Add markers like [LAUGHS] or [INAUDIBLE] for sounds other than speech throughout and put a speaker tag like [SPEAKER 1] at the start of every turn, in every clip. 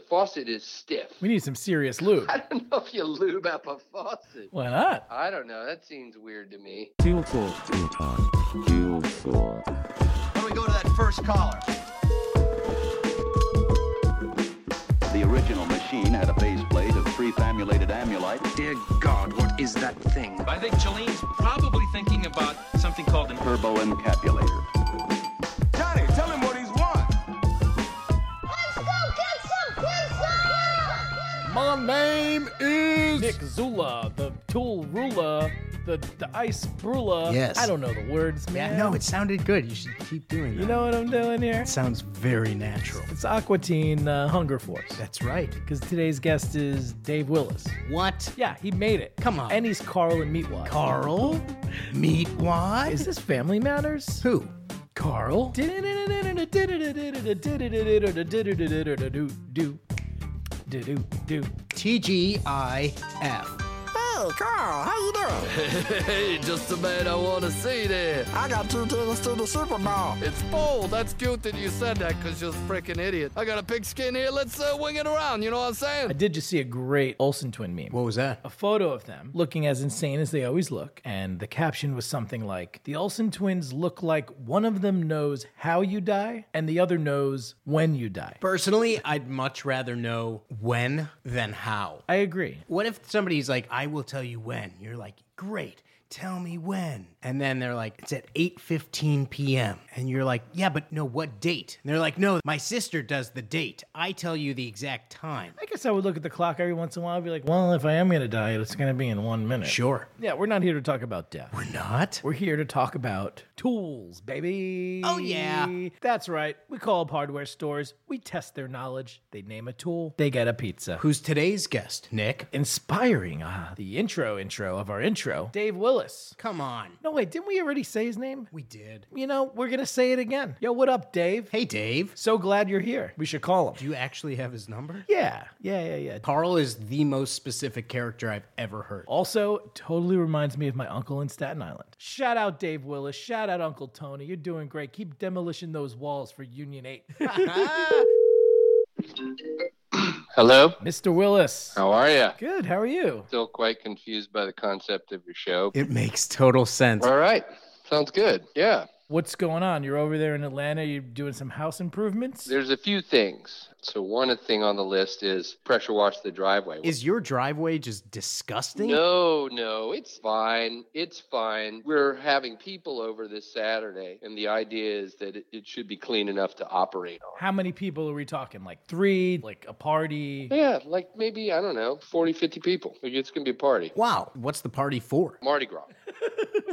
[SPEAKER 1] faucet is stiff.
[SPEAKER 2] We need some serious lube.
[SPEAKER 1] [LAUGHS] I don't know if you lube up a faucet.
[SPEAKER 2] Why not?
[SPEAKER 1] I don't know. That seems weird to me.
[SPEAKER 3] Fuel thought. Fuel thought. Fuel thought.
[SPEAKER 4] Let me go to that first caller.
[SPEAKER 5] The original machine had a base plate of three famulated amulite,
[SPEAKER 6] Dear God, what is that thing?
[SPEAKER 7] I think Jolene's probably thinking about something called an
[SPEAKER 5] turbo encapulator.
[SPEAKER 4] Johnny, tell him what he's want.
[SPEAKER 8] Let's go get some pizza!
[SPEAKER 9] My name is
[SPEAKER 2] Nick Zula, the tool ruler, the, the ice brula.
[SPEAKER 10] Yes.
[SPEAKER 2] I don't know the words, man.
[SPEAKER 10] Yeah, no, it sounded good. You should keep doing that.
[SPEAKER 2] You know what I'm doing here?
[SPEAKER 10] it sounds very natural.
[SPEAKER 2] It's Aquatine uh, Hunger Force.
[SPEAKER 10] That's right.
[SPEAKER 2] Because today's guest is Dave Willis.
[SPEAKER 10] What?
[SPEAKER 2] Yeah, he made it.
[SPEAKER 10] Come on.
[SPEAKER 2] And he's Carl and Meatwad.
[SPEAKER 10] Carl? Meatwad?
[SPEAKER 2] Is this Family Matters?
[SPEAKER 10] who? Carl?
[SPEAKER 2] Do do.
[SPEAKER 10] TGIF.
[SPEAKER 11] Hey, Carl, how you doing?
[SPEAKER 9] Hey, just the man I want to see there.
[SPEAKER 11] I got two tickets to the Super Bowl.
[SPEAKER 9] It's Paul. That's cute that you said that because you're a freaking idiot. I got a pigskin here. Let's uh, wing it around. You know what I'm
[SPEAKER 2] I
[SPEAKER 9] saying?
[SPEAKER 2] did just see a great Olsen twin meme.
[SPEAKER 10] What was that?
[SPEAKER 2] a photo of them looking as insane as they always look. And the caption was something like The Olsen twins look like one of them knows how you die and the other knows when you die.
[SPEAKER 10] Personally, I'd much rather know when than how.
[SPEAKER 2] I agree.
[SPEAKER 10] What if somebody's like, I will tell you when? You're like, great, tell me when. And then they're like, it's at 8.15 p.m. And you're like, yeah, but no, what date? And they're like, no, my sister does the date. I tell you the exact time.
[SPEAKER 2] I guess I would look at the clock every once in a while and be like, well, if I am going to die, it's going to be in one minute.
[SPEAKER 10] Sure.
[SPEAKER 2] Yeah, we're not here to talk about death.
[SPEAKER 10] We're not.
[SPEAKER 2] We're here to talk about tools, baby.
[SPEAKER 10] Oh, yeah.
[SPEAKER 2] That's right. We call up hardware stores, we test their knowledge, they name a tool, they get a pizza.
[SPEAKER 10] Who's today's guest, Nick?
[SPEAKER 2] Inspiring, ah, the intro intro of our intro, Dave Willis.
[SPEAKER 10] Come on.
[SPEAKER 2] No, wait, didn't we already say his name?
[SPEAKER 10] We did.
[SPEAKER 2] You know, we're going to say it again. Yo, what up, Dave?
[SPEAKER 10] Hey, Dave.
[SPEAKER 2] So glad you're here. We should call
[SPEAKER 10] Do
[SPEAKER 2] him.
[SPEAKER 10] you actually have his number?
[SPEAKER 2] Yeah, yeah, yeah, yeah.
[SPEAKER 10] Carl is the most specific character I've ever heard.
[SPEAKER 2] Also, totally reminds me of my uncle in Staten Island. Shout out Dave Willis. Shout out Uncle Tony. You're doing great. Keep demolishing those walls for Union [LAUGHS] 8.
[SPEAKER 1] Hello?
[SPEAKER 2] Mr. Willis.
[SPEAKER 1] How are you?
[SPEAKER 2] Good. How are you?
[SPEAKER 1] Still quite confused by the concept of your show.
[SPEAKER 10] It makes total sense.
[SPEAKER 1] All right. Sounds good. Yeah.
[SPEAKER 2] What's going on? You're over there in Atlanta. You're doing some house improvements?
[SPEAKER 1] There's a few things. So one thing on the list is pressure wash the driveway.
[SPEAKER 10] Is your driveway just disgusting?
[SPEAKER 1] No, no, it's fine. It's fine. We're having people over this Saturday, and the idea is that it, it should be clean enough to operate on.
[SPEAKER 2] How many people are we talking? Like three? Like a party? [LAUGHS]
[SPEAKER 1] Yeah, like maybe, I don't know, 40, 50 people. Like, It's going to be a party.
[SPEAKER 10] Wow. What's the party for?
[SPEAKER 1] Mardi Gras.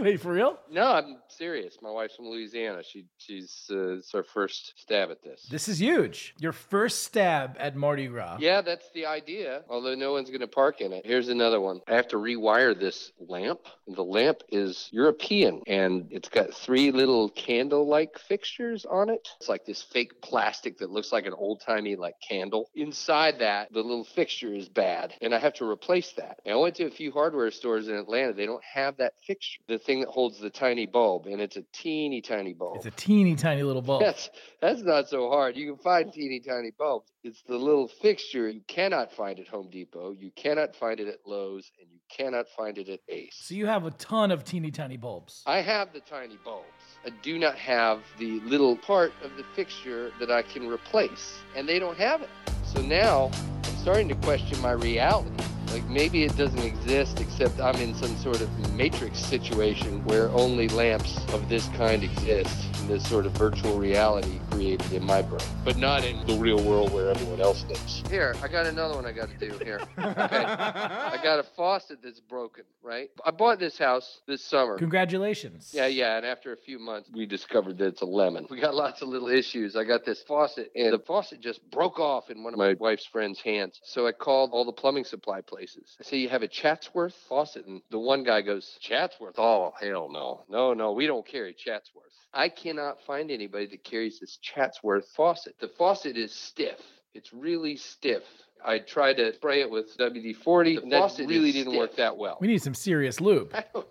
[SPEAKER 2] Wait, for real?
[SPEAKER 1] No, I'm serious. My wife's from Louisiana. She, she's uh, it's her first stab at this.
[SPEAKER 2] This is huge. Your first stab at Mardi Gras.
[SPEAKER 1] Yeah, that's the idea. Although no one's going to park in it. Here's another one. I have to rewire this lamp. The lamp is European and it's got three little candle like fixtures on it. It's like this fake plastic that looks like an old timey like candle. Inside that, the little fixture is bad and I have to replace that. And I went to a few hardware stores in Atlanta. They don't have that fixture, the thing that holds the tiny bulb, and it's a teeny tiny bulb.
[SPEAKER 2] It's a teeny tiny little bulb.
[SPEAKER 1] That's that's not so hard. You can find teeny tiny bulbs. It's the little fixture you cannot find at Home Depot. You cannot find it at Lowe's, and you cannot find it at Ace.
[SPEAKER 2] So you have a ton of teeny tiny bulbs.
[SPEAKER 1] I have the tiny bulbs. I do not have the little part of the fixture that I can replace, and they don't have it. So now I'm starting to question my reality. Like maybe it doesn't exist, except I'm in some sort of matrix situation where only lamps of this kind exist in this sort of virtual reality created in my brain, but not in the real world where everyone else lives. Here, I got another one I got to do here. Okay. I got a faucet that's broken, right? I bought this house this summer.
[SPEAKER 2] Congratulations.
[SPEAKER 1] Yeah, yeah. And after a few months, we discovered that it's a lemon. We got lots of little issues. I got this faucet, and the faucet just broke off in one of my wife's friend's hands. So I called all the plumbing supply places. I say, You have a Chatsworth faucet? And the one guy goes, Chatsworth? Oh, hell no. No, no, we don't carry Chatsworth. I cannot find anybody that carries this Chatsworth faucet. The faucet is stiff, it's really stiff. I tried to spray it with WD 40. That really didn't work that well.
[SPEAKER 2] We need some serious lube.
[SPEAKER 1] I don't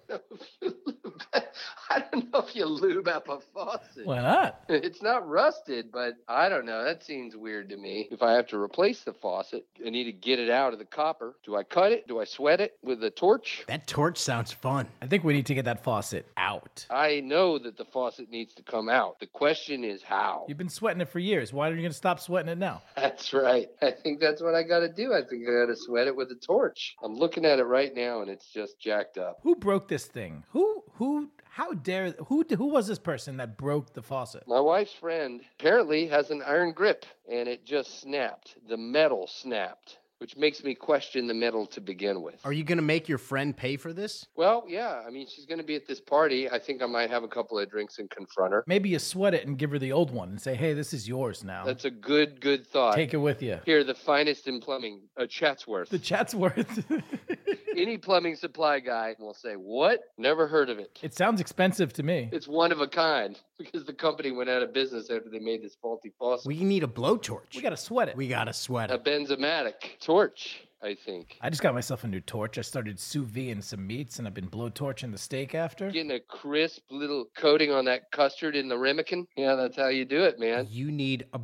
[SPEAKER 1] know if you lube [LAUGHS] I don't know if you lube up a faucet.
[SPEAKER 2] Why not?
[SPEAKER 1] It's not rusted, but I don't know. That seems weird to me. If I have to replace the faucet, I need to get it out of the copper. Do I cut it? Do I sweat it with a torch?
[SPEAKER 10] That torch sounds fun.
[SPEAKER 2] I think we need to get that faucet out.
[SPEAKER 1] I know that the faucet needs to come out. The question is how.
[SPEAKER 2] You've been sweating it for years. Why are you going to stop sweating it now?
[SPEAKER 1] That's right. I think that's what I got to do. I think I got to sweat it with a torch. I'm looking at it right now and it's just jacked up.
[SPEAKER 2] Who broke this thing? Who who how dare who who was this person that broke the faucet?
[SPEAKER 1] My wife's friend apparently has an iron grip and it just snapped. The metal snapped which makes me question the medal to begin with.
[SPEAKER 10] Are you going to make your friend pay for this?
[SPEAKER 1] Well, yeah. I mean, she's going to be at this party. I think I might have a couple of drinks and confront her.
[SPEAKER 2] Maybe you sweat it and give her the old one and say, hey, this is yours now.
[SPEAKER 1] That's a good, good thought.
[SPEAKER 2] Take it with you.
[SPEAKER 1] Here, the finest in plumbing, a Chatsworth.
[SPEAKER 2] The Chatsworth. [LAUGHS]
[SPEAKER 1] Any plumbing supply guy will say, what? Never heard of it.
[SPEAKER 2] It sounds expensive to me.
[SPEAKER 1] It's one of a kind [LAUGHS] because the company went out of business after they made this faulty faucet.
[SPEAKER 10] We need a blowtorch.
[SPEAKER 2] We got to sweat it.
[SPEAKER 10] We got to sweat it.
[SPEAKER 1] A benzomatic torch, I think.
[SPEAKER 2] I just got myself a new torch. I started sous videing some meats, and I've been blowtorching the steak after.
[SPEAKER 1] Getting a crisp little coating on that custard in the ramekin. Yeah, that's how you do it, man.
[SPEAKER 10] You need a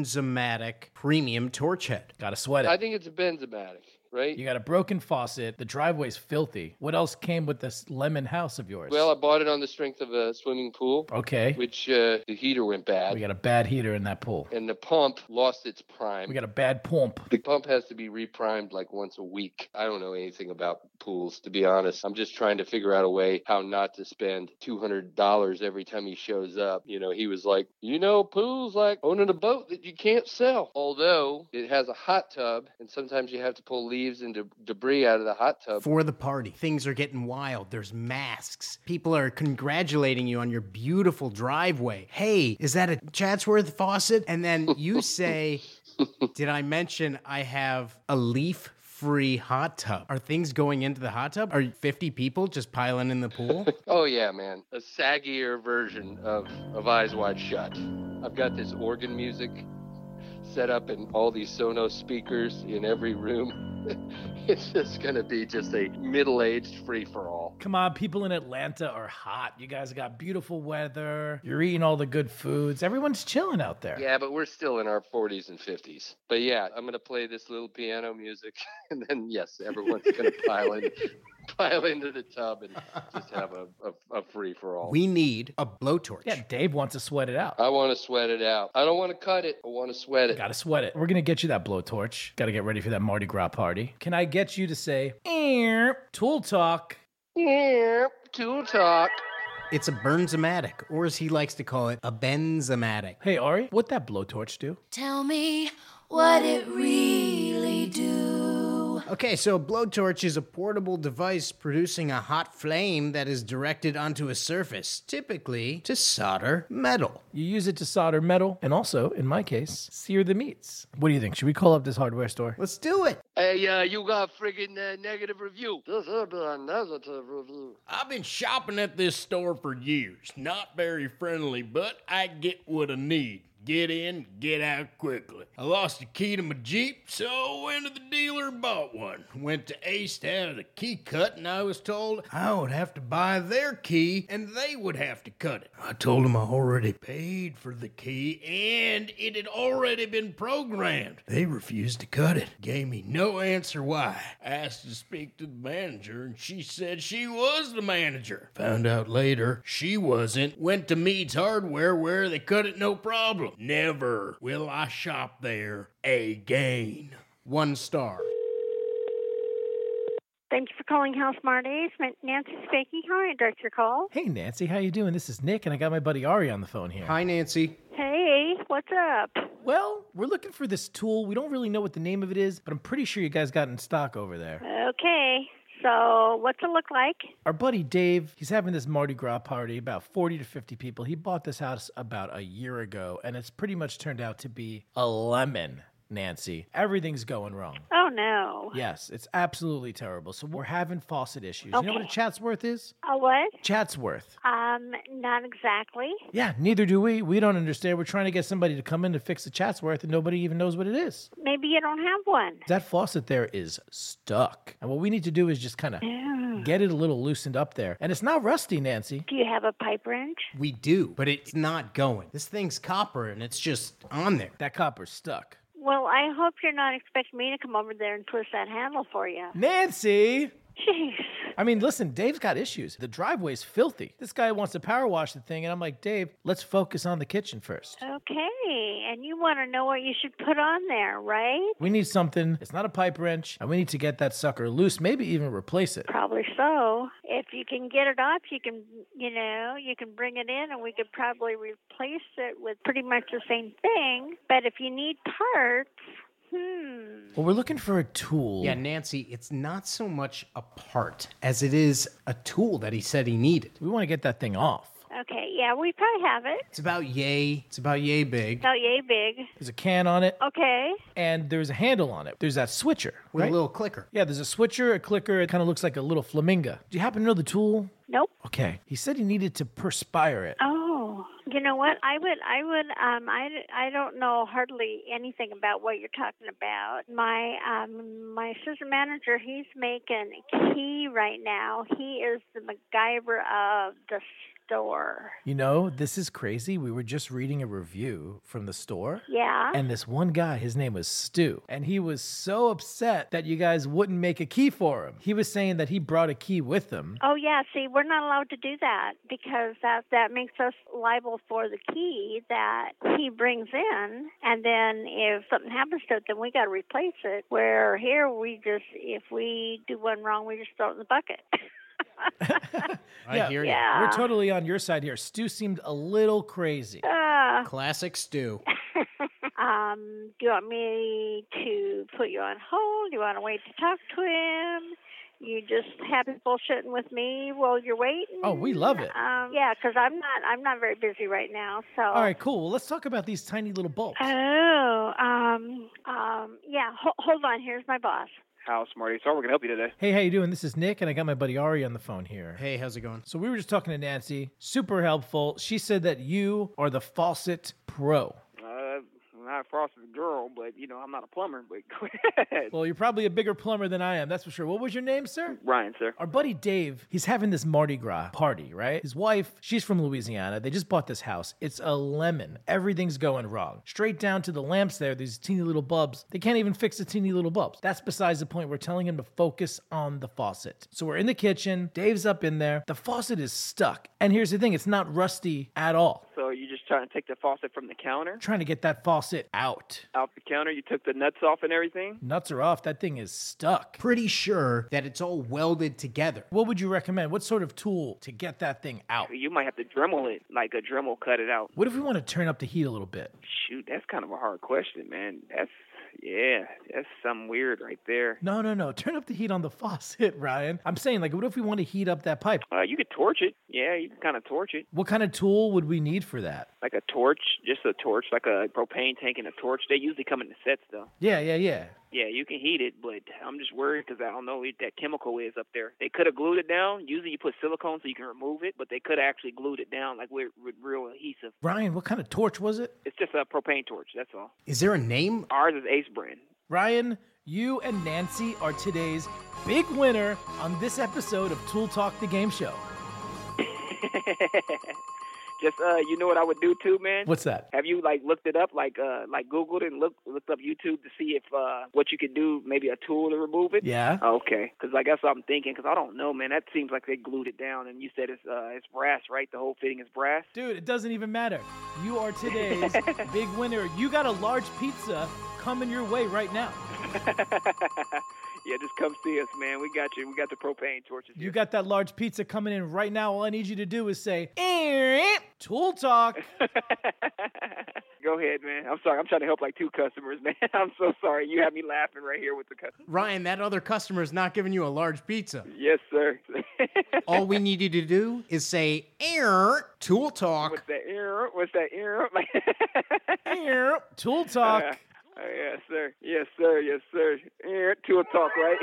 [SPEAKER 10] Burnsomatic premium torch head.
[SPEAKER 2] Got to sweat it.
[SPEAKER 1] I think it's a benzomatic. Right?
[SPEAKER 2] You got a broken faucet. The driveway's filthy. What else came with this lemon house of yours?
[SPEAKER 1] Well, I bought it on the strength of a swimming pool.
[SPEAKER 2] Okay.
[SPEAKER 1] Which uh, the heater went bad.
[SPEAKER 2] We got a bad heater in that pool.
[SPEAKER 1] And the pump lost its prime.
[SPEAKER 2] We got a bad pump.
[SPEAKER 1] The pump has to be reprimed like once a week. I don't know anything about pools, to be honest. I'm just trying to figure out a way how not to spend $200 every time he shows up. You know, he was like, you know, pools like owning a boat that you can't sell. Although it has a hot tub, and sometimes you have to pull leaves and de- debris out of the hot tub.
[SPEAKER 10] For the party. Things are getting wild. There's masks. People are congratulating you on your beautiful driveway. Hey, is that a Chatsworth faucet? And then you say, Did I mention I have a leaf free hot tub. Are things going into the hot tub? Are 50 people just piling in the pool?
[SPEAKER 1] oh, yeah, man. A saggier version of, of Eyes Wide Shut. I've got this organ music set up and all these Sonos speakers in every room [LAUGHS] it's just going to be just a middle aged free for all.
[SPEAKER 2] Come on, people in Atlanta are hot. You guys got beautiful weather. You're eating all the good foods. Everyone's chilling out there.
[SPEAKER 1] Yeah, but we're still in our 40s and 50s. But yeah, I'm going to play this little piano music, [LAUGHS] and then, yes, everyone's going to pile in. [LAUGHS] Pile into the tub and just have a, a, a free for all.
[SPEAKER 10] We need a blowtorch.
[SPEAKER 2] Yeah, Dave wants to sweat it out.
[SPEAKER 1] I want to sweat it out. I don't want to cut it. I want to sweat it.
[SPEAKER 2] Got to sweat it. We're going to get you that blowtorch. Got to get ready for that Mardi Gras party. Can I get you to say, tool talk?
[SPEAKER 1] Yeah, tool talk.
[SPEAKER 10] It's a burnsomatic, or as he likes to call it, a benzomatic.
[SPEAKER 2] Hey, Ari, what that blowtorch do?
[SPEAKER 8] Tell me what it really do.
[SPEAKER 10] Okay, so a blowtorch is a portable device producing a hot flame that is directed onto a surface, typically to solder metal.
[SPEAKER 2] You use it to solder metal and also, in my case, sear the meats. What do you think? Should we call up this hardware store?
[SPEAKER 10] Let's do it.
[SPEAKER 1] Hey, uh, you got a friggin' uh, negative review. This is a negative review.
[SPEAKER 12] I've been shopping at this store for years. Not very friendly, but I get what I need. Get in, get out quickly. I lost the key to my Jeep, so went to the dealer and bought one. Went to Ace to have the key cut, and I was told I would have to buy their key and they would have to cut it. I told them I already paid for the key and it had already been programmed. They refused to cut it. Gave me no no answer why. I asked to speak to the manager, and she said she was the manager. Found out later she wasn't. Went to Mead's Hardware where they cut it no problem. Never will I shop there again.
[SPEAKER 10] One star.
[SPEAKER 13] Thank you for calling House Marty's. Nancy speaking. How may I direct
[SPEAKER 14] [LAUGHS]
[SPEAKER 13] your call?
[SPEAKER 2] Hey, Nancy, how you doing? This is Nick, and I got my buddy Ari on the phone here.
[SPEAKER 10] Hi, Nancy.
[SPEAKER 13] Hey, what's up?
[SPEAKER 2] Well, we're looking for this tool. We don't really know what the name of it is, but I'm pretty sure you guys got it in stock over there.
[SPEAKER 13] Okay. So, what's it look like?
[SPEAKER 2] Our buddy Dave, he's having this Mardi Gras party, about 40 to 50 people. He bought this house about a year ago, and it's pretty much turned out to be a lemon Nancy, everything's going wrong.
[SPEAKER 13] Oh no.
[SPEAKER 2] Yes, it's absolutely terrible. So we're having faucet issues. You know what a
[SPEAKER 13] Okay.
[SPEAKER 2] Chatsworth is?
[SPEAKER 13] A what?
[SPEAKER 2] Chatsworth.
[SPEAKER 13] Um, not exactly.
[SPEAKER 2] Yeah, neither do we. We don't understand. We're trying to get somebody to come in to fix a Chatsworth, and nobody even knows what it is.
[SPEAKER 13] Maybe you don't have one.
[SPEAKER 2] That faucet there is stuck. And what we need to do is just kind of
[SPEAKER 13] Yeah.
[SPEAKER 2] get it a little loosened up there. And it's not rusty, Nancy.
[SPEAKER 13] Do you have a pipe wrench?
[SPEAKER 10] We do, but it's not going. This thing's copper and it's just on there.
[SPEAKER 2] That copper's stuck.
[SPEAKER 13] Well, I hope you're not expecting me to come over there and twist that handle for you.
[SPEAKER 2] Nancy!
[SPEAKER 13] Jeez.
[SPEAKER 2] I mean, listen, Dave's got issues. The driveway's filthy. This guy wants to power wash the thing, and I'm like, Dave, let's focus on the kitchen first.
[SPEAKER 13] Okay, and you want to know what you should put on there, right?
[SPEAKER 2] We need something. It's not a pipe wrench, and we need to get that sucker loose, maybe even replace it.
[SPEAKER 13] Probably so. If you can get it up, you can, you know, you can bring it in and we could probably replace it with pretty much the same thing. But if you need parts, hmm.
[SPEAKER 2] Well, we're looking for a tool.
[SPEAKER 10] Yeah, Nancy, it's not so much a part as it is a tool that he said he needed.
[SPEAKER 2] We want to get that thing off.
[SPEAKER 13] Okay, yeah, we probably have it.
[SPEAKER 10] It's about yay. It's about yay big.
[SPEAKER 13] Oh, yay, big.
[SPEAKER 2] There's a can on it,
[SPEAKER 13] Okay.
[SPEAKER 2] and there's a handle on it. There's that switcher.
[SPEAKER 10] With
[SPEAKER 2] right?
[SPEAKER 10] a little clicker.
[SPEAKER 2] Yeah, there's a switcher, a clicker. It kind of looks like a little flamingo. Do you happen to know the tool?
[SPEAKER 13] Nope.
[SPEAKER 2] Okay. He said he needed to perspire it.
[SPEAKER 13] Oh, you know what? I would, I would, um, I, I don't know hardly anything about what you're talking about. My, um, my sister manager, he's making key right now. He is the MacGyver of the store.
[SPEAKER 2] You know, this is crazy. We were just reading a review from the store.
[SPEAKER 13] Yeah.
[SPEAKER 2] And this one guy, his name was Stu, and he was so upset that you guys wouldn't make a key for him. He was saying that he brought a key with him.
[SPEAKER 13] Oh yeah, see, we're not allowed to do that because that that makes us liable for the key that he brings in, and then if something happens to it, then we got to replace it. Where here, we just if we do one wrong, we just throw it in the bucket. [LAUGHS]
[SPEAKER 10] I hear you.
[SPEAKER 13] Yeah.
[SPEAKER 2] We're totally on your side here. Stu seemed a little crazy.
[SPEAKER 13] Uh,
[SPEAKER 10] Classic stew.
[SPEAKER 2] [LAUGHS]
[SPEAKER 13] um, do you want me to put you on hold? Do you want to wait to talk to him? You just happy bullshitting with me while you're waiting.
[SPEAKER 2] Oh, we love it.
[SPEAKER 13] Um, yeah, because I'm not I'm not very busy right now. So
[SPEAKER 2] All right, cool. Well, let's talk about these tiny little bulbs.
[SPEAKER 13] Oh, um, um, yeah. Ho- hold on. Here's my boss.
[SPEAKER 14] House, Marty. Sorry, we're gonna help you today.
[SPEAKER 2] Hey, how you doing? This is Nick, and I got my buddy Ari on the phone here.
[SPEAKER 10] Hey, how's it going?
[SPEAKER 2] So we were just talking to Nancy. Super helpful. She said that you are the faucet pro.
[SPEAKER 14] Uh, I'm not frosted girl, but you know I'm not a plumber. But go ahead.
[SPEAKER 2] Well, you're probably a bigger plumber than I am, that's for sure. What was your name, sir?
[SPEAKER 14] Ryan, sir.
[SPEAKER 2] Our buddy Dave, he's having this Mardi Gras party, right? His wife, she's from Louisiana. They just bought this house. It's a lemon. Everything's going wrong. Straight down to the lamps there, these teeny little bulbs. They can't even fix the teeny little bulbs. That's besides the point. We're telling him to focus on the faucet. So we're in the kitchen. Dave's up in there. The faucet is stuck. And here's the thing it's not rusty at all.
[SPEAKER 14] So you just trying to take the faucet from the counter,
[SPEAKER 2] Trying to get that faucet out.
[SPEAKER 14] out the counter. You took the nuts off and everything.
[SPEAKER 2] Nuts are off. That thing is stuck.
[SPEAKER 10] Pretty sure that it's all welded together.
[SPEAKER 2] What would you recommend? What sort of tool to get that thing out?
[SPEAKER 14] You might have to Dremel it, like a Dremel cut it out.
[SPEAKER 2] What if we want to turn up the heat a little bit?
[SPEAKER 14] Shoot, that's kind of a hard question, man. That's yeah, that's some weird right there.
[SPEAKER 2] No, no, [LAUGHS] no. Turn up the heat on the faucet, [LAUGHS] Ryan. I'm saying, like, what if we want to heat up that pipe?
[SPEAKER 14] Uh, you could torch it. Yeah, you can kind of torch it,
[SPEAKER 2] What kind of tool would we need for that?
[SPEAKER 14] like a torch, just a torch, like a propane tank and a torch. They usually come in sets though.
[SPEAKER 2] Yeah, yeah, yeah.
[SPEAKER 14] Yeah, you can heat it, but I'm just worried because I don't know what that chemical is up there. They could have glued it down. Usually you put silicone so you can remove it, but they could have actually glued it down like with, with real adhesive.
[SPEAKER 2] Ryan, what kind of torch was it?
[SPEAKER 14] It's just a propane torch, that's all.
[SPEAKER 10] Is there a name?
[SPEAKER 14] Ours is Ace brand.
[SPEAKER 2] Ryan, you and Nancy are today's big winner on this episode of Tool Talk the Game Show.
[SPEAKER 14] just uh, you know what I would do too, man.
[SPEAKER 2] What's that?
[SPEAKER 14] Have you like looked it up, like uh, like Googled and looked looked up YouTube to see if uh, what you could do, maybe a tool to remove it?
[SPEAKER 2] Yeah.
[SPEAKER 14] Okay, because like that's what I'm thinking. Because I don't know, man. That seems like they glued it down, and you said it's uh, it's brass, right? The whole fitting is brass.
[SPEAKER 2] Dude, it doesn't even matter. You
[SPEAKER 14] [LAUGHS]
[SPEAKER 2] are today's big winner. You got a large pizza coming your way right now.
[SPEAKER 14] Yeah, just come see us, man. We got you. We got the propane torches.
[SPEAKER 2] You got that large pizza coming in right now. All I need you to do is say, "Eh, Tool Talk.
[SPEAKER 14] Go ahead, man. I'm sorry. I'm trying to help like two customers, [LAUGHS] man. I'm so sorry. You have me laughing right here with the customer.
[SPEAKER 10] Ryan, that other customer's not giving you a large pizza.
[SPEAKER 14] Yes, sir. [LAUGHS]
[SPEAKER 10] all we need you to do is say, air, tool
[SPEAKER 14] [LAUGHS]
[SPEAKER 10] talk.
[SPEAKER 14] What's that ear? What's that ear? Like, [LAUGHS]
[SPEAKER 2] Tool Talk.
[SPEAKER 14] Oh, yes, sir. Yes, sir. Yes, sir. Yeah, to a talk, right?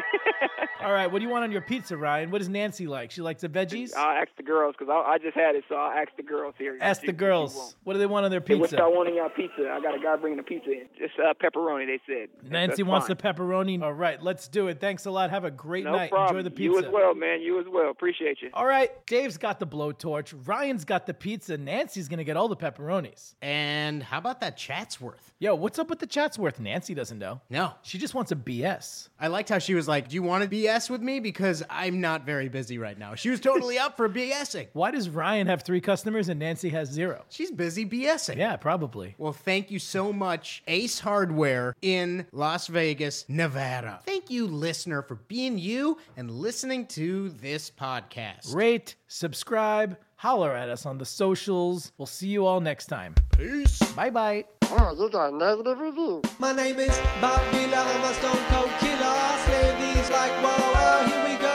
[SPEAKER 2] All right, what do you want on your pizza, Ryan? What does Nancy like? She likes the veggies?
[SPEAKER 14] I'll ask the girls because I, I just had it, so I'll ask the girls here.
[SPEAKER 2] Ask
[SPEAKER 14] She-
[SPEAKER 2] the
[SPEAKER 14] she
[SPEAKER 2] girls.
[SPEAKER 14] won't.
[SPEAKER 2] What do they want on their
[SPEAKER 14] Hey, What
[SPEAKER 2] pizza?
[SPEAKER 14] y'all want in y'all pizza? I got a guy bringing a pizza in. Just uh, pepperoni, they said.
[SPEAKER 2] Nancy
[SPEAKER 14] That's
[SPEAKER 2] wants
[SPEAKER 14] fine.
[SPEAKER 2] the pepperoni. All right, let's do it. Thanks a lot. Have a great
[SPEAKER 14] No
[SPEAKER 2] night.
[SPEAKER 14] problem.
[SPEAKER 2] Enjoy the pizza.
[SPEAKER 14] You as well, man. You as well. Appreciate you.
[SPEAKER 2] All right, Dave's got the blowtorch. Ryan's got the pizza. Nancy's going to get all the pepperonis.
[SPEAKER 10] And how about that Chatsworth?
[SPEAKER 2] Yo, what's up with the Chatsworth? Nancy doesn't know.
[SPEAKER 10] No.
[SPEAKER 2] She just wants a BS.
[SPEAKER 10] I liked how she was like, Do you want to BS with me? Because I'm not very busy right now. She was totally up for BSing.
[SPEAKER 2] Why does Ryan have three customers and Nancy has zero?
[SPEAKER 10] She's busy BSing.
[SPEAKER 2] Yeah, probably.
[SPEAKER 10] Well, thank you so much, Ace Hardware in Las Vegas, Nevada. Thank you, listener, for being you and listening to this podcast.
[SPEAKER 2] Rate, subscribe, holler at us on the socials. We'll see you all next time.
[SPEAKER 10] Peace.
[SPEAKER 2] Bye bye.
[SPEAKER 15] Oh, you got a negative review. My name is Bob Dylan. I'm a stone cold killer. I slay these like, whoa, oh, here we go.